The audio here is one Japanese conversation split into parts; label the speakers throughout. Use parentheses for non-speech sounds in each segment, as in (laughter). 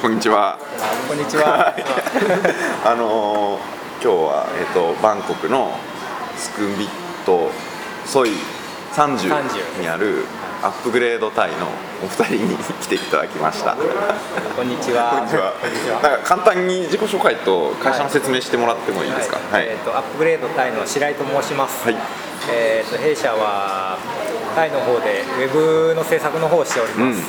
Speaker 1: こんにちは。
Speaker 2: こんにちは。
Speaker 1: (laughs) あのー今日はえっ、とバンコクのスクンビットソイ30
Speaker 2: 30
Speaker 1: にあるアップグレードタイのお二人に来ていただきました。こんに
Speaker 2: こんにちは。
Speaker 1: ちは。なんか簡単に自己紹介と会社の説明してもらってもいいですか。は
Speaker 2: は
Speaker 1: い。
Speaker 2: いえっ、とアップグレードタイの白井と申します。
Speaker 1: はい
Speaker 2: えっ、と弊社はタイの方でウェブの制作の方をしており
Speaker 1: うんう
Speaker 2: ま
Speaker 1: ん
Speaker 2: す。。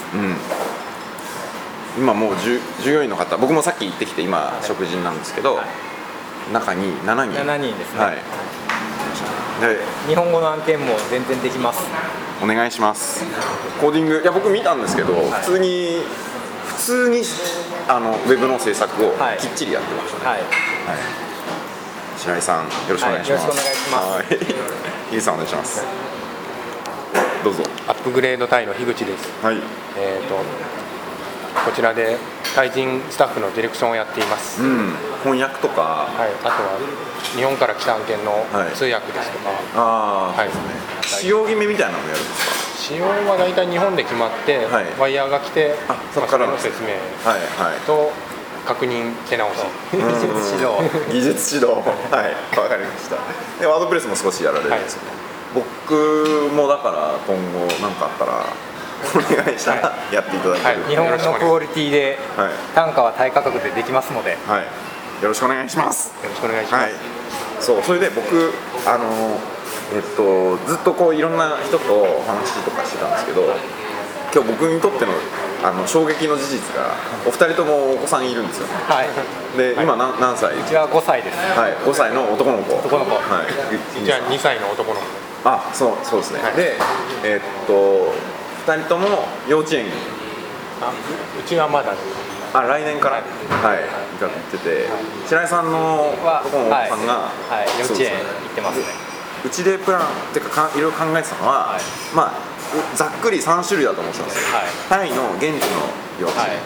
Speaker 1: 今もう従従業員の方、僕もさっき行ってきて今
Speaker 2: い
Speaker 1: 食事なんですけど
Speaker 2: はい、
Speaker 1: 中に7人。
Speaker 2: 7人ですね、
Speaker 1: はい。で
Speaker 2: 日本語の案件も全然できます。
Speaker 1: お願いしますコーディングいや僕見たんですけど、
Speaker 2: い
Speaker 1: 普通に普通にあのウェブの制作を
Speaker 2: はい
Speaker 1: きっちりやってましたね、
Speaker 2: はい。
Speaker 1: 白井さんよろしくお願いします、
Speaker 2: はいよろしくお願
Speaker 1: いしますさんお願いしますどうぞ
Speaker 3: アップグレードタイの樋口です、
Speaker 1: はい
Speaker 3: えー、とこちらでタイ人スタッフのディレクションをやっています、
Speaker 1: うん翻訳とか
Speaker 3: はい、あとは日本から来た案件の
Speaker 1: はい
Speaker 3: 通訳ですとか、
Speaker 1: ああ、
Speaker 3: はい
Speaker 1: 使用決めみたいなのもやるんです
Speaker 3: 使用は大体日本で決まって、
Speaker 1: はい
Speaker 3: ワイヤーが来て
Speaker 1: あそこから
Speaker 3: まあそれの説明
Speaker 1: かはいはい
Speaker 3: と確認手直し
Speaker 2: 技術指導。
Speaker 1: 技術指導はいわかりましたでワードプレスも少しやられるんですよね、僕もだから今後何かあったらお願いしたらやっていただける
Speaker 3: はい
Speaker 2: 日本のクオリティで
Speaker 1: はい、
Speaker 2: 単価はタイ価格でできますので。
Speaker 1: はい、よろしくお願いします
Speaker 3: よろしくお願いします、
Speaker 1: はいそうそれで僕あのえっとずっとこういろんな人とお話とかしてたんですけど今日僕にとってのあの衝撃の事実がお二人ともお子さんいるんですよね
Speaker 2: はい。
Speaker 1: で今何何歳
Speaker 2: うちは5歳です。
Speaker 1: はい、5歳の男の子。
Speaker 2: 男の子
Speaker 1: はい。
Speaker 3: じゃあ2歳の男の子
Speaker 1: あ、そう、そうですね。
Speaker 3: はい
Speaker 1: で、えーっと、二人とも幼稚園に、
Speaker 3: あうちはまだ
Speaker 1: あ、来年から、はい、行かれてて、白井さんの
Speaker 2: は
Speaker 1: 男の子
Speaker 2: はい
Speaker 1: さんが、
Speaker 2: はい、幼
Speaker 1: そう
Speaker 2: 稚
Speaker 1: ですね
Speaker 2: 園行ってますね。
Speaker 1: うちでプランっていうかかいろいろ考えてたのは、
Speaker 2: はい
Speaker 1: まあうざっくり3種類だと思ってたんですよ
Speaker 2: は
Speaker 1: タ
Speaker 2: い。
Speaker 1: イの現地の幼稚園、
Speaker 2: はい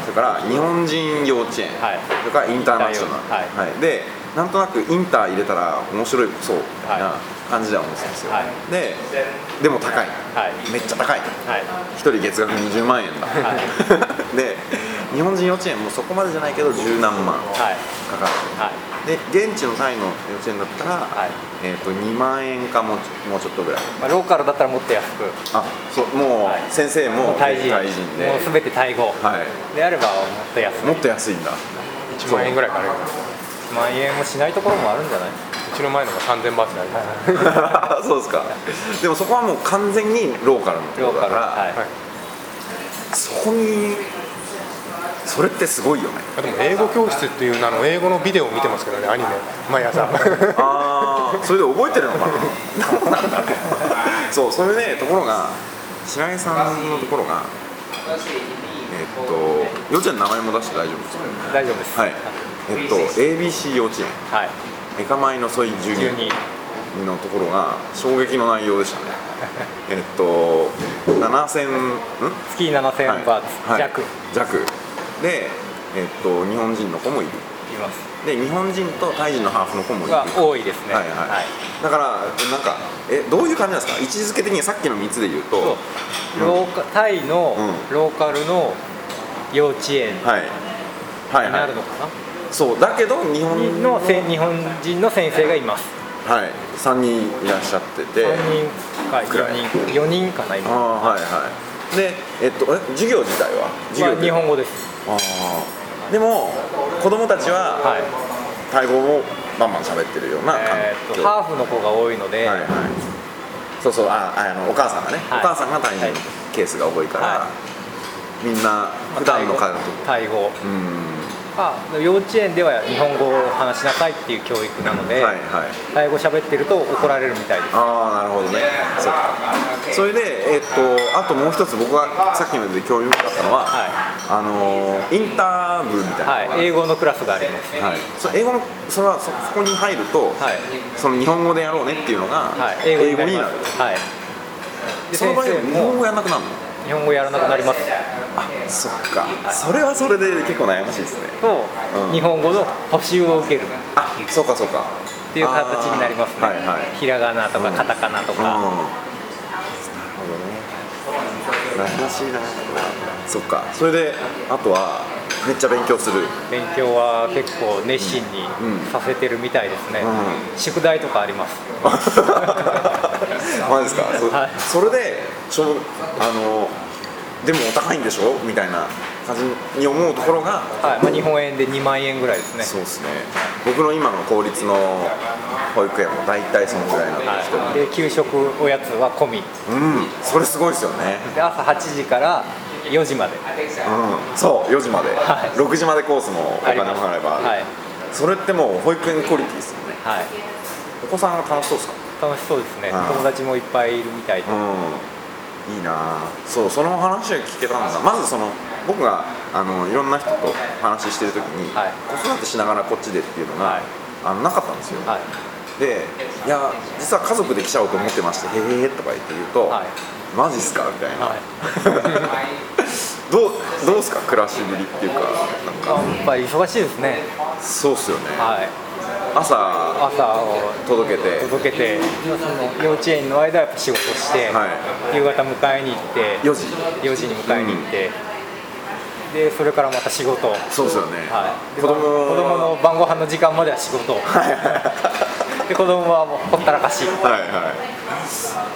Speaker 1: それから日本人幼稚園、
Speaker 2: はい
Speaker 1: それからインターナショナ
Speaker 2: イ
Speaker 1: ル、はい
Speaker 2: ン
Speaker 1: でなんとなくインター入れたら面白いそうな
Speaker 2: は
Speaker 1: 感じでは思ってたんですよ、
Speaker 2: はい
Speaker 1: ででも高い
Speaker 2: はい。
Speaker 1: めっちゃ高い
Speaker 2: はい。
Speaker 1: 1人月額20万円だ、
Speaker 2: は
Speaker 1: で日本人幼稚園もそこまでじゃないけど十何万
Speaker 2: はい。
Speaker 1: かかる
Speaker 2: はい。
Speaker 1: で現地のタイの幼稚園だったら、
Speaker 2: はい
Speaker 1: えー、と2万円かもうちょもうちょっとぐらい
Speaker 2: まあ、ローカルだったらもっと安く、
Speaker 1: あそうも
Speaker 2: はいう
Speaker 1: 先生も
Speaker 2: タイ人、
Speaker 1: で
Speaker 2: もうすべてタイ語
Speaker 1: はい
Speaker 2: であればもっと安い、
Speaker 1: もっと安
Speaker 2: (laughs)
Speaker 1: いんだ
Speaker 3: 1万円ぐらいかかるよ
Speaker 2: 1万円もしないところもあるんじゃないう
Speaker 3: ちの前のが3000バーツになります、
Speaker 1: そうですかでもそこはもう完全にローカルのところ
Speaker 2: ロー
Speaker 1: だか
Speaker 2: カル、
Speaker 1: ら、
Speaker 2: はい
Speaker 3: はい
Speaker 1: そこにそれってすごいよね
Speaker 3: あでも英語教室っていう名の英語のビデオを見てますけどねアニメ毎
Speaker 1: (laughs)
Speaker 3: 朝
Speaker 1: ああそれで覚えてるのかなどうなんだろうそうそれでところが白井さんのところがえっと幼稚園の名前も出して大丈夫ですか
Speaker 2: 大丈夫です、
Speaker 1: はいえっと ABC 幼稚園
Speaker 2: はい、
Speaker 1: エカマイのソイ12
Speaker 2: 急に、
Speaker 1: のところが衝撃の内容でしたねえっと7000ん
Speaker 2: 月7000バーツ弱い
Speaker 1: 弱でえっと日本人の子もいる
Speaker 2: ます、
Speaker 1: で日本人とタイ人のハーフの子もいる
Speaker 2: は多いですね、
Speaker 1: はいはいだからなんかえどういう感じなんですか位置づけ的にさっきの3つで言うと
Speaker 2: そうローカタイの
Speaker 1: う
Speaker 2: ローカルの幼稚園に
Speaker 1: はいはい
Speaker 2: な
Speaker 1: はい
Speaker 2: るのかな、
Speaker 1: そうだけど日本
Speaker 2: のせ日本人の先生がいます、
Speaker 1: はい3人いらっしゃってて
Speaker 2: 三人か
Speaker 1: くらい
Speaker 2: 4人、4人かな、
Speaker 1: あ
Speaker 2: 今、
Speaker 1: あはいはいでえっとえ授業自体は授
Speaker 2: ま
Speaker 1: 業
Speaker 2: あ、日本語です、
Speaker 1: ああでも子供たちは、
Speaker 2: はい
Speaker 1: タイ語をバンバン喋ってるような環
Speaker 2: えー
Speaker 1: 境、
Speaker 2: とハーフの子が多いので、
Speaker 1: はいはいそうそうああのお母さんがね、
Speaker 2: はい
Speaker 1: お母さんが大事
Speaker 2: はい
Speaker 1: ケースが多いから、
Speaker 2: は
Speaker 1: みんな
Speaker 2: まあ
Speaker 1: 普段の家族
Speaker 2: タイ語
Speaker 1: うん
Speaker 2: あ幼稚園では日本語を話しなさいっていう教育なので、
Speaker 1: はいはい
Speaker 2: タイ語喋ってると怒られるみたいです
Speaker 1: ああなるほどねそうかそれでえっとあともう一つ僕がさっきので興味深かったのは、
Speaker 2: はい
Speaker 1: あのーインター部みたいなのが、
Speaker 2: はい英語のクラスがあります
Speaker 1: はいそ英語のそれはそそこに入ると、
Speaker 2: はい、
Speaker 1: その日本語でやろうねっていうのが、
Speaker 2: はい、
Speaker 1: 英語
Speaker 2: り
Speaker 1: にな
Speaker 2: ま
Speaker 1: る
Speaker 2: すはいで
Speaker 1: その
Speaker 2: 先
Speaker 1: 場合
Speaker 2: 生
Speaker 1: 日本
Speaker 2: も
Speaker 1: 語やんなくなるの
Speaker 2: 日本語やらなくなります
Speaker 1: あそっかそれはそれで結構悩ましいですね
Speaker 2: と、
Speaker 1: うん
Speaker 2: 日本語の補習を受けるっ
Speaker 1: あそうかそうか
Speaker 2: ていう形になりますね、
Speaker 1: あーはいはい
Speaker 2: ひらがなとかカタカナと
Speaker 1: うんなる
Speaker 2: か、
Speaker 1: ほどね悩ましいなそっかそれであとはめっちゃ勉強す
Speaker 2: (laughs)
Speaker 1: る
Speaker 2: 勉強は結構熱心に
Speaker 1: うん
Speaker 2: させてるみたいですね、
Speaker 1: う
Speaker 2: 宿題とかあります
Speaker 1: マジですかそ,、
Speaker 2: はい
Speaker 1: れでしょあのでもお高いんでしょみたいな感じに思うところが、
Speaker 2: はい、まあ、日本円で2万円ぐらいですね
Speaker 1: そうですね僕の今の公立の保育園も大体そのぐらいなんですけど、
Speaker 2: はい、で給食おやつは込み
Speaker 1: うんそれすごいですよね
Speaker 2: で朝8時から4時まで
Speaker 1: うんそう4時まで、
Speaker 2: はい
Speaker 1: 6時までコースもお
Speaker 2: あり
Speaker 1: 金
Speaker 2: ます
Speaker 1: も払えばある
Speaker 2: はい、
Speaker 1: それってもう保育園クオリティですよね
Speaker 2: はい、
Speaker 1: お子さんが楽しそうですか
Speaker 2: 楽しそうですね
Speaker 1: あー
Speaker 2: 友達もいっぱいいるみたいで、
Speaker 1: うんいいなあそうその話を聞けたんだまずその僕があのいろんな人と話してる時に、
Speaker 2: はい
Speaker 1: 子育てしながらこっちでっていうのが、
Speaker 2: はい
Speaker 1: あのなかったんですよ、
Speaker 2: はい
Speaker 1: で「いや実は家族で来ちゃおうと思ってましてへえ」とか言って言うと「
Speaker 2: はい
Speaker 1: マジっすか?」みたいな、
Speaker 2: はい
Speaker 1: (laughs) どうどうっすか暮らしぶりっていうかなんか
Speaker 2: やっぱり忙しいですね
Speaker 1: そうっすよね
Speaker 2: はい
Speaker 1: 朝
Speaker 2: 朝を
Speaker 1: 届けて
Speaker 2: 届けてその幼稚園の間はやっぱ仕事して、
Speaker 1: は
Speaker 2: 夕方迎えに行って
Speaker 1: 4時
Speaker 2: 4時に迎えに行って、でそれからまた仕事、はい、
Speaker 1: そうっすよね、
Speaker 2: で
Speaker 1: 子供
Speaker 2: まあ子供の晩ご飯の時間までは仕事
Speaker 1: はいはい
Speaker 2: で子供はもうほったらかし
Speaker 1: はいはい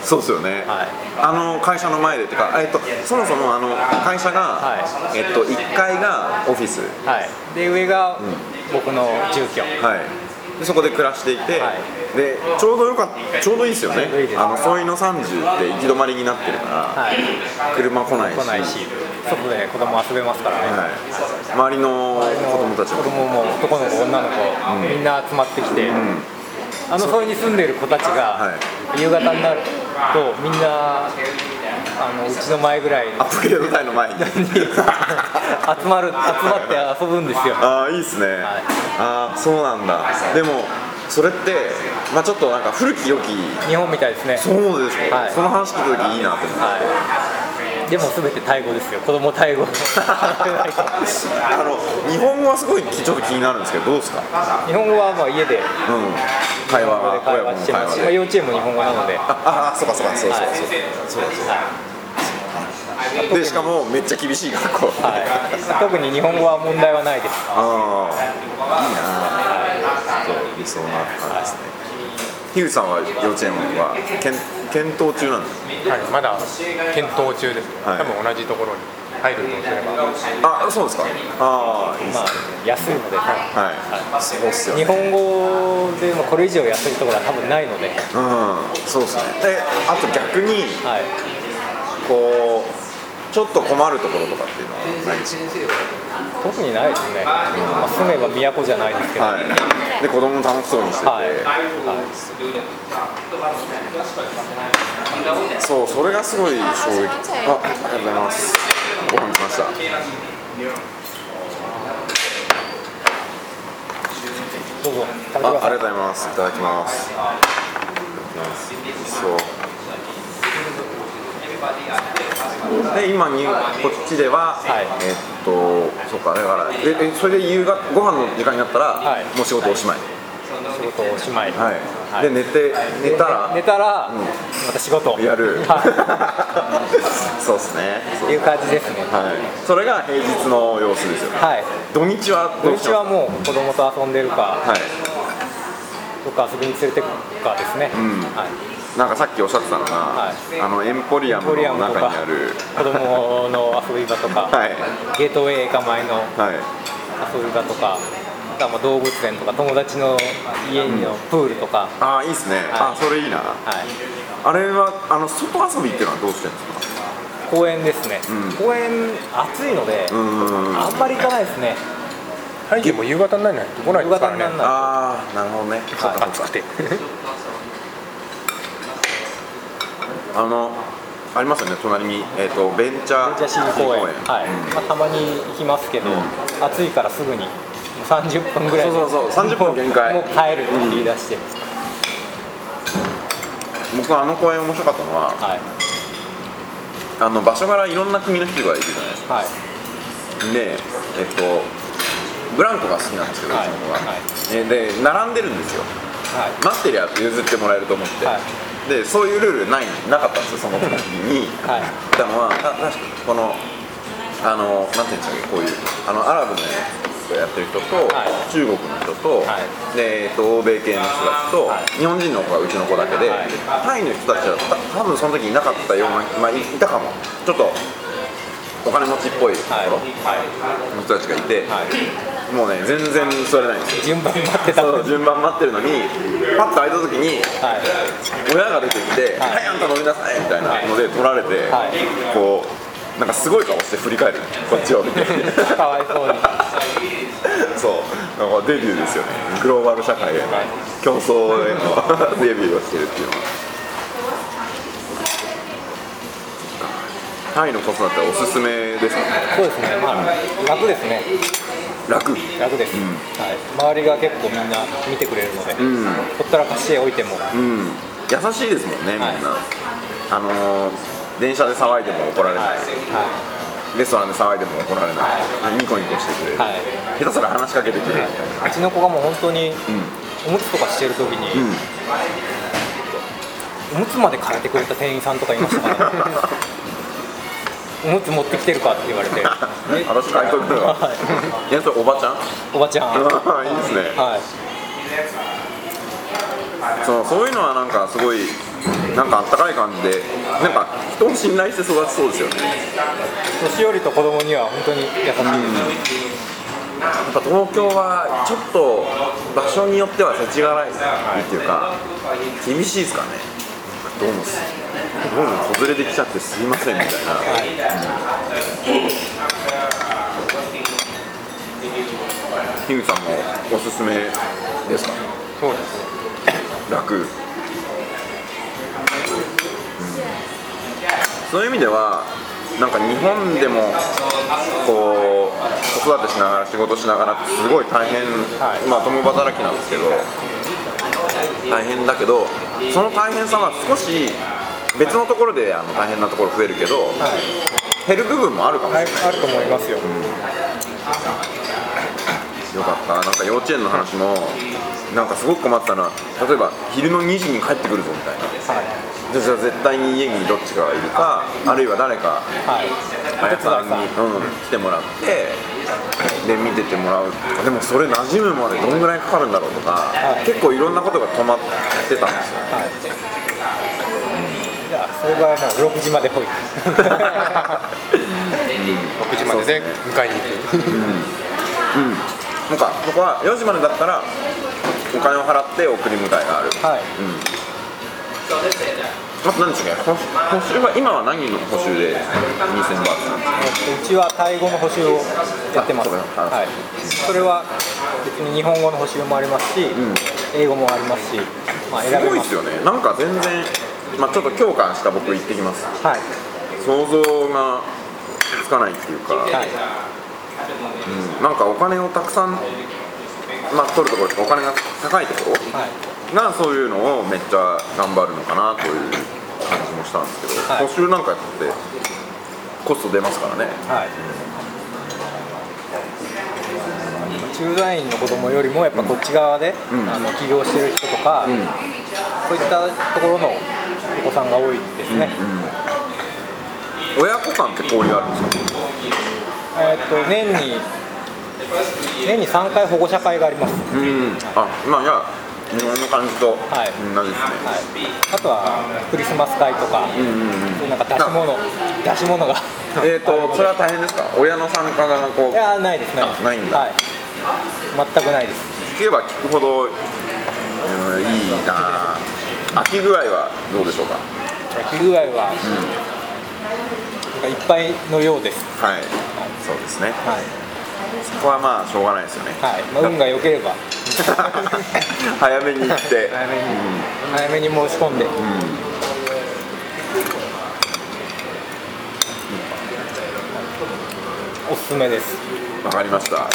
Speaker 1: そうっすよね、
Speaker 2: はい
Speaker 1: あの会社の前でってか、えっと、そもそもあの会社が、
Speaker 2: は
Speaker 1: えっと、1階がオフィス、は
Speaker 2: はいで上が僕の住居、
Speaker 1: い、でそこで暮らしていて、
Speaker 2: は
Speaker 1: でちょうどよかっちょうどいいですよね
Speaker 2: ちょうどいいです
Speaker 1: あの添いの30って行き止まりになってるから、
Speaker 2: はい
Speaker 1: 車来ないし
Speaker 2: 来ないし外で子供遊べますからね、
Speaker 1: はい、周りの子供たち
Speaker 2: 子
Speaker 1: も
Speaker 2: 供も男の子女の子、みんな集まってきて、あのそれに住んでる子たちが
Speaker 1: は
Speaker 2: 夕方になるとみんなあのうちの前ぐらいに
Speaker 1: アップグレード台の
Speaker 2: (laughs)
Speaker 1: 前に
Speaker 2: 集まる集まって遊ぶんですよ
Speaker 1: ああいいですね、
Speaker 2: い
Speaker 1: ああそうなんだでもそれって、まあ、ちょっとなんか古き良き
Speaker 2: 日本みたいですね
Speaker 1: そうでしょ、
Speaker 2: はい
Speaker 1: その話聞いた時いいなと思って
Speaker 2: はいでも全てタイ語ですよ子供タイ
Speaker 1: (laughs)
Speaker 2: 語
Speaker 1: あの日本語はすごいちょっと気になるんですけどどうですか、うん、
Speaker 2: 日本語はまあ家で
Speaker 1: 会
Speaker 2: 日本語
Speaker 1: 話
Speaker 2: で会話してますし、まあ、
Speaker 1: で
Speaker 2: 幼稚園も日本語なので
Speaker 1: ああそうかそうかそうそうそう、
Speaker 2: はい
Speaker 1: そうだそうだでしかもめっちゃ厳しい学校、
Speaker 2: はい、特に日本語は問題はないです
Speaker 1: ああいいなそう理想な感じですね樋口さんは幼稚園は検検討中なんです
Speaker 3: はい、まだ検討中です、
Speaker 1: はい
Speaker 3: 多分同じところに入るとすれ
Speaker 1: あ
Speaker 3: ば
Speaker 1: そうですかああいいです
Speaker 2: ま
Speaker 1: ね
Speaker 2: あ安いので、
Speaker 1: はい、そうっすよ
Speaker 2: 日
Speaker 1: ね
Speaker 2: 本語でもこれ以上安いところは多分ないので、はい、
Speaker 1: うんそうですねえあと逆にこうちょっと困るところとかっていうのはないですか
Speaker 2: 特にないですね、まあ、住めば都じゃないですけど、はい
Speaker 1: はい、で子供も楽しそうにしてて、
Speaker 2: はい
Speaker 1: そうそれがすごい衝撃あありがとうございますご飯来ました
Speaker 2: どうぞ食べてく
Speaker 1: ああ
Speaker 2: ださ
Speaker 1: りがと
Speaker 2: い
Speaker 1: うございますいただきますいただきますそうで今にこっちでは、
Speaker 2: はい
Speaker 1: えっとそうかだからええそれで夕方ご飯の時間になったら、
Speaker 2: はい
Speaker 1: もう仕事おしまい
Speaker 2: 仕事おしまい、
Speaker 1: はい、
Speaker 2: はい
Speaker 1: で寝て寝たら
Speaker 2: 寝たら、
Speaker 1: ん
Speaker 2: また仕事
Speaker 1: やる
Speaker 2: は
Speaker 1: そうっすね
Speaker 2: いっていう感じですね
Speaker 1: はい、それが平日の様子ですよね
Speaker 2: はい
Speaker 1: 土日は
Speaker 2: 土
Speaker 1: どうし
Speaker 2: 日は
Speaker 1: よう
Speaker 2: もう子供と遊んでるか
Speaker 1: はい
Speaker 2: どっか遊びに連れてくかですね、
Speaker 1: ん
Speaker 2: はい
Speaker 1: なんかさっきおっしゃってたのが、
Speaker 2: はい
Speaker 1: あのエンポリアム
Speaker 2: ポリア
Speaker 1: の
Speaker 2: ムと
Speaker 1: 中
Speaker 2: か
Speaker 1: にある
Speaker 2: 子供の遊び場とか、
Speaker 1: はい
Speaker 2: ゲートウェイ駅前の
Speaker 1: はい
Speaker 2: 遊び場とかあとはまあ動物園とか友達の家のプールとか、
Speaker 1: ああいいっすね、あそれいいな
Speaker 2: はい、
Speaker 1: あれはあの外遊びっていうのはどうしてるんですか
Speaker 2: 公園ですね、
Speaker 1: うん
Speaker 2: 公園暑いので、
Speaker 1: うんうんうん
Speaker 2: あんまり行かないですね
Speaker 3: 会議も夕方にならないと来ないですからね
Speaker 2: 夕方にならない
Speaker 1: ああなるほどね、そっかそっか
Speaker 3: 暑くて
Speaker 1: あのありますよね隣に、えー、とベンチャー
Speaker 2: じゃあ新公園、
Speaker 1: 公園
Speaker 2: はいまあ、たまに行きますけど、
Speaker 1: うん
Speaker 2: 暑いからすぐにもう30分ぐらいで
Speaker 1: そうそうそう30分限界
Speaker 2: もうもう帰るって言い出して、
Speaker 1: 僕はあの公園面白かったのは
Speaker 2: はい
Speaker 1: あの場所柄いろんな国の人がいるじゃないです
Speaker 2: はい
Speaker 1: かでえっ、とブランコが好きなんですけど、うち
Speaker 2: はい
Speaker 1: の子が、
Speaker 2: はい
Speaker 1: えで並んでるんですよ
Speaker 2: はい
Speaker 1: 待ってりゃ譲ってもらえると思って、
Speaker 2: は
Speaker 1: でそういうルールないなかったんですよその時に
Speaker 2: はい
Speaker 1: だからまあた確かこのあのなんていうんでしたっけこういうあのアラブのやってる人と、
Speaker 2: はい
Speaker 1: 中国の人と,、
Speaker 2: は
Speaker 1: でえっと欧米系の人たちと、
Speaker 2: はい
Speaker 1: 日本人の子がうちの子だけで、
Speaker 2: はい
Speaker 1: タイの人たちはた多分その時いなかったような、まあ、いいたかもちょっとお金持ちっぽいとこ
Speaker 2: はい、
Speaker 1: ろ
Speaker 2: は
Speaker 1: の人たちがいて、
Speaker 2: い、
Speaker 1: もうね全然座れないん
Speaker 2: (laughs)
Speaker 1: ですよ
Speaker 2: 順番待ってた
Speaker 1: そう順番待ってるのにパッと開いた時に
Speaker 2: はい、
Speaker 1: 親が出てきて「
Speaker 2: はい
Speaker 1: はい、あんた飲みなさい」みたいなので取られて、
Speaker 2: はい
Speaker 1: こうなんかすごい顔して振り返るこっちを見て
Speaker 2: かわいそうに
Speaker 1: (laughs) そうなんかデビューですよねグローバル社会への競争へ
Speaker 2: (laughs)
Speaker 1: のデビューをしてるっていうのはタイの子育てはおすすめですか
Speaker 2: そうですね、まあ、楽ですね
Speaker 1: 楽
Speaker 2: 楽です、
Speaker 1: うん
Speaker 2: はい、周りが結構みんな見てくれるので、
Speaker 1: ん
Speaker 2: ほったらかしておいても、
Speaker 1: うん優しいですもんねみんな、
Speaker 2: はい
Speaker 1: あのー電車で騒いでも怒られない、
Speaker 2: は
Speaker 1: レストランで騒いでも怒られない、
Speaker 2: は
Speaker 1: あニコニコしてくれる、
Speaker 2: いはい、
Speaker 1: 下手すら話しかけてくれる、
Speaker 2: うちの子がもう本当に
Speaker 1: う
Speaker 2: おむつとかしてる時に、
Speaker 1: ん、
Speaker 2: おむつまで変えてくれた店員さんとかい
Speaker 1: (laughs)
Speaker 2: ましたからねおむつ持ってきてるかって言われて
Speaker 1: 私買いとくの
Speaker 2: は
Speaker 1: はいやそれおばちゃん
Speaker 2: おばちゃん、は
Speaker 1: あーいいですね
Speaker 2: い、
Speaker 1: そうそういうのはなんかすごいなんかあったかい感じでなんか人を信頼して育ちそうですよね
Speaker 2: 年寄りと子供には本当に優しいです、
Speaker 1: やっぱ東京はちょっと場所によっては世知辛いっていうか厳しいですかねどうもすどうも子連れできちゃってすいませんみたいな樋口さんもおすすめですか
Speaker 3: そうですね
Speaker 1: 楽、うんそういう意味ではなんか日本でもこう子育てしながら仕事しながらってすごい大変、
Speaker 2: はい
Speaker 1: まあ共働きなんですけど大変だけどその大変さは少し別のところであの大変なところ増えるけど、減る部分もあるかもし
Speaker 2: は
Speaker 1: れない、、
Speaker 2: いあると思いますよ、
Speaker 1: よかったなんか幼稚園の話もなんかすごく困ったな例えば昼の2時に帰ってくるぞみたいな
Speaker 2: はい
Speaker 1: じゃあじゃあ絶対に家にどっちかがいるかあるいは誰か
Speaker 2: はい、
Speaker 1: 綾さんに、うん、来てもらってで見ててもらうでもそれ馴染むまでどんぐらいかかるんだろうとか
Speaker 2: い
Speaker 1: 結構いろんなことが止まってたんですよ
Speaker 2: はい。じゃあ、それがもう6時まで
Speaker 1: (laughs)
Speaker 2: 保育。
Speaker 3: 6時までで迎えに行
Speaker 1: う
Speaker 3: く、
Speaker 1: んなんか僕は4時までだったらお金を払って送り迎えがある
Speaker 2: はい。
Speaker 1: あと何でしたっけ補補習は今は何の補習で2000バーツなんですか
Speaker 2: えっとうちはタイ語の補習をやってます。
Speaker 1: あそうか
Speaker 2: はい。それは別に日本語の補習もありますし、
Speaker 1: ん
Speaker 2: 英語もありますし、まあ選
Speaker 1: す
Speaker 2: べ
Speaker 1: ごいで
Speaker 2: ま。
Speaker 1: すすよねなんか全然まあちょっと共感した僕行ってきます
Speaker 2: はい。
Speaker 1: 想像がつかないっていうか、
Speaker 2: はい。
Speaker 1: うんなんかお金をたくさん、まあ、取るところとかお金が高いところ
Speaker 2: はい。
Speaker 1: がそういうのをめっちゃ頑張るのかなという感じもしたんですけど、
Speaker 2: はい
Speaker 1: 補習なんかやってコスト出ますからね
Speaker 2: はい。駐在員の子供よりもやっぱこっち側で、
Speaker 1: うん
Speaker 2: あの起業してる人とか、
Speaker 1: うん
Speaker 2: そういったところのお子さんが多いですね。
Speaker 1: 親子間って交流あるんですか
Speaker 2: えーっと年に年に3回保護者会があります、は
Speaker 1: うんあまあいや日本の感じと
Speaker 2: はい
Speaker 1: 同じですね、
Speaker 2: い、あとはクリスマス会とか、そういうなんか出し物出し (laughs) 物が
Speaker 1: えっ、とそれは大変ですか親の参加がこう
Speaker 2: いやーないですね
Speaker 1: あないんだ
Speaker 2: はい、全くないです
Speaker 1: 聞けば聞くほど、うん、いいなあ飽き具合はどうでしょうか
Speaker 2: 焼き具合は、なんかいっぱいのようです
Speaker 1: はいそうですね
Speaker 2: はい、
Speaker 1: そこはまあしょうがないですよね
Speaker 2: はいまあ、運が良ければ
Speaker 1: (laughs) 早めに行って
Speaker 2: 早めに、早めに申し込んで、おすすめです
Speaker 1: わかりました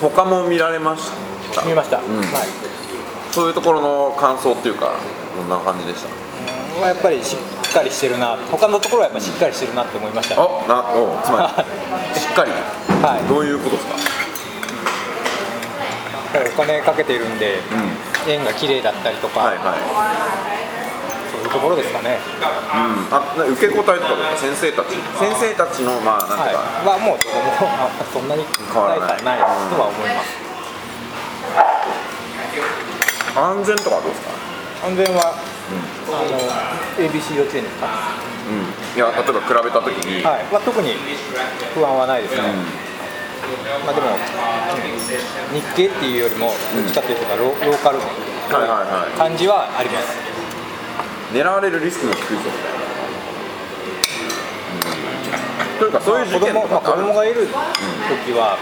Speaker 1: 他も見られまし
Speaker 2: 見ました、
Speaker 1: ん
Speaker 2: はい
Speaker 1: そういうところの感想っていうかどんな感じでした
Speaker 2: まあやっぱりしっかりしてるな他のところはやっぱしっかりしてるなって思いました、は
Speaker 1: あなおつ
Speaker 2: (laughs)
Speaker 1: まりしっかり
Speaker 2: い、やっ
Speaker 1: どういうことですか (laughs)
Speaker 2: ぱりお金かけてるんで、
Speaker 1: うん
Speaker 2: 円が綺麗だったりとか、
Speaker 1: はいはい
Speaker 2: そうるところですかね、
Speaker 1: あな受け答えとかどうか先生たち先生たちのまあなん
Speaker 2: は
Speaker 1: ていう
Speaker 2: い、
Speaker 1: か、
Speaker 2: はもうどこも (laughs) あそんなに
Speaker 1: 変わら
Speaker 2: 大
Speaker 1: ない
Speaker 2: 差ないとは思います、
Speaker 1: 安全とかはどうですか
Speaker 2: 安全は、あの ABC 幼稚園ですか、
Speaker 1: うんいや例えば比べた時に、
Speaker 2: はいまあ、特に不安はないですね、まあ、でも、うん日系っていうよりも、どっちかというとロローカル
Speaker 1: はいはいはい
Speaker 2: 感じはあります。
Speaker 1: 狙われるリスクの低いぞみたいな、うんというかそういう事件と
Speaker 2: ま
Speaker 1: か
Speaker 2: あ
Speaker 1: ってあ
Speaker 2: 子
Speaker 1: るんで
Speaker 2: 供
Speaker 1: すか
Speaker 2: がいる時は、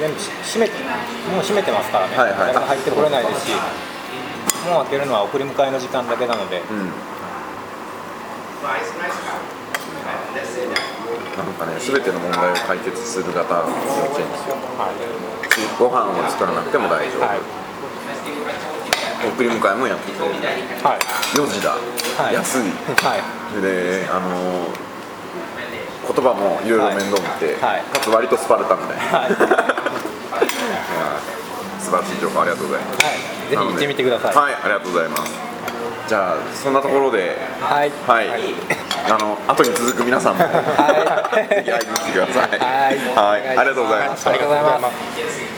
Speaker 2: 全部し閉めてもう閉めてますからね、
Speaker 1: はいはい
Speaker 2: 誰も入ってこれないですし門を開けるのは送り迎えの時間だけなので、
Speaker 1: うんなんかね、全ての問題を解決する型の幼稚園ですよご飯を作らなくても大丈夫、
Speaker 2: はい
Speaker 1: 送り迎えもやってて
Speaker 2: はい
Speaker 1: 4時だ、
Speaker 2: はい
Speaker 1: 安い
Speaker 2: はい
Speaker 1: であの言葉もいろいろ面倒見て、
Speaker 2: はいはい
Speaker 1: かつ割とスパルタみたいな、
Speaker 2: はい
Speaker 1: 素晴らしい情報ありがとうございます
Speaker 2: はい、ぜひ行ってみてください。
Speaker 1: はいありがとうございますじゃあそんなところで
Speaker 2: はい、
Speaker 1: はい、あの後に続く皆さんも、
Speaker 2: はい
Speaker 1: ぜひ会いに来てください。
Speaker 2: は
Speaker 1: は
Speaker 2: い
Speaker 1: い、ありがとうございました
Speaker 2: ありがとうございます。